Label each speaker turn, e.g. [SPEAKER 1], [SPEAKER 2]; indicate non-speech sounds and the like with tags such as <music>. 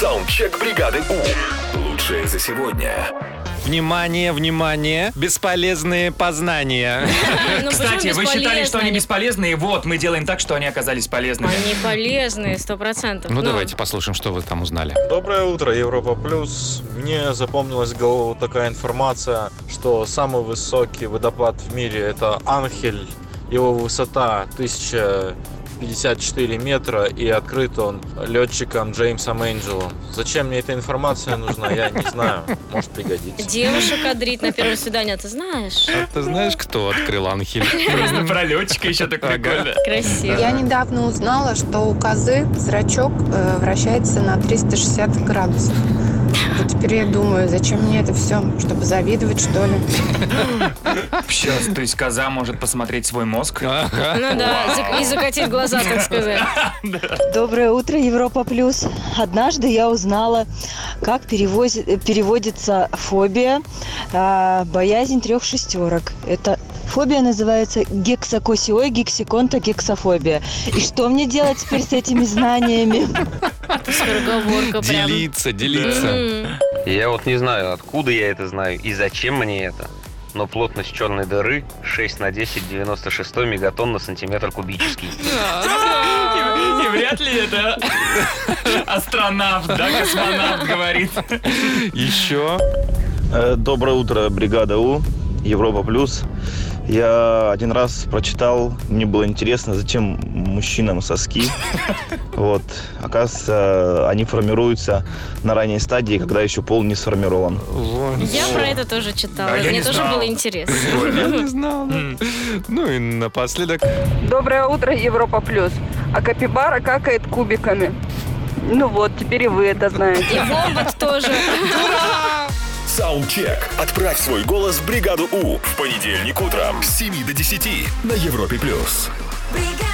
[SPEAKER 1] Саундчек бригады У. Лучшее за сегодня.
[SPEAKER 2] Внимание, внимание, бесполезные познания.
[SPEAKER 3] Ну, почему
[SPEAKER 4] Кстати, вы считали, что они
[SPEAKER 3] бесполезные?
[SPEAKER 4] бесполезные, вот, мы делаем так, что они оказались полезными.
[SPEAKER 3] Они полезные, сто процентов.
[SPEAKER 2] <laughs> Ну
[SPEAKER 3] Но
[SPEAKER 2] давайте послушаем, что вы там узнали.
[SPEAKER 5] Доброе утро, Европа Плюс. Мне запомнилась в голову вот такая информация, что самый высокий водопад в мире это Анхель. Его высота 1054 метра и открыт он летчиком Джеймсом Энджелом. Зачем мне эта информация нужна, я не знаю. Может пригодится.
[SPEAKER 3] Девушек кадрит на первое свидание, ты знаешь?
[SPEAKER 2] Ты знаешь, кто открыл <laughs> Анхель?
[SPEAKER 4] Просто про летчика еще так
[SPEAKER 2] Ага.
[SPEAKER 4] прикольно.
[SPEAKER 3] Красиво.
[SPEAKER 6] Я недавно узнала, что у козы зрачок э, вращается на 360 градусов. Вот теперь я думаю, зачем мне это все, чтобы завидовать, что ли?
[SPEAKER 4] Сейчас, то есть коза может посмотреть свой мозг.
[SPEAKER 2] Ага.
[SPEAKER 3] Ну да, зак- и закатить глаза, так сказать.
[SPEAKER 7] Доброе утро, Европа Плюс. Однажды я узнала, как перевози- э, переводится фобия, а, боязнь трех шестерок. Это фобия называется гексакосиой, гексиконта, гексофобия. И что мне делать теперь с этими знаниями?
[SPEAKER 3] Скороговорка прям.
[SPEAKER 2] Делиться, делиться.
[SPEAKER 3] М.
[SPEAKER 8] Я вот не знаю, откуда я это знаю и зачем мне это, но плотность черной дыры 6 на 10 96 мегатонн на сантиметр кубический.
[SPEAKER 4] И, и вряд ли это астронавт, да, космонавт говорит.
[SPEAKER 2] Еще.
[SPEAKER 9] Э, Доброе утро, бригада У, Европа Плюс. Я один раз прочитал, мне было интересно, зачем мужчинам соски. Вот, оказывается, они формируются на ранней стадии, когда еще пол не сформирован.
[SPEAKER 3] Я про это тоже читала.
[SPEAKER 4] А я
[SPEAKER 3] Мне
[SPEAKER 4] не
[SPEAKER 3] тоже
[SPEAKER 4] знал.
[SPEAKER 3] было интересно.
[SPEAKER 2] Я не знал. да. Ну и напоследок.
[SPEAKER 10] Доброе утро, Европа Плюс. А капибара какает кубиками. Ну вот, теперь и вы это знаете.
[SPEAKER 3] И вомбат тоже.
[SPEAKER 1] Саундчек. Отправь свой голос в бригаду У в понедельник утром с 7 до 10 на Европе+. плюс.
[SPEAKER 11] бригада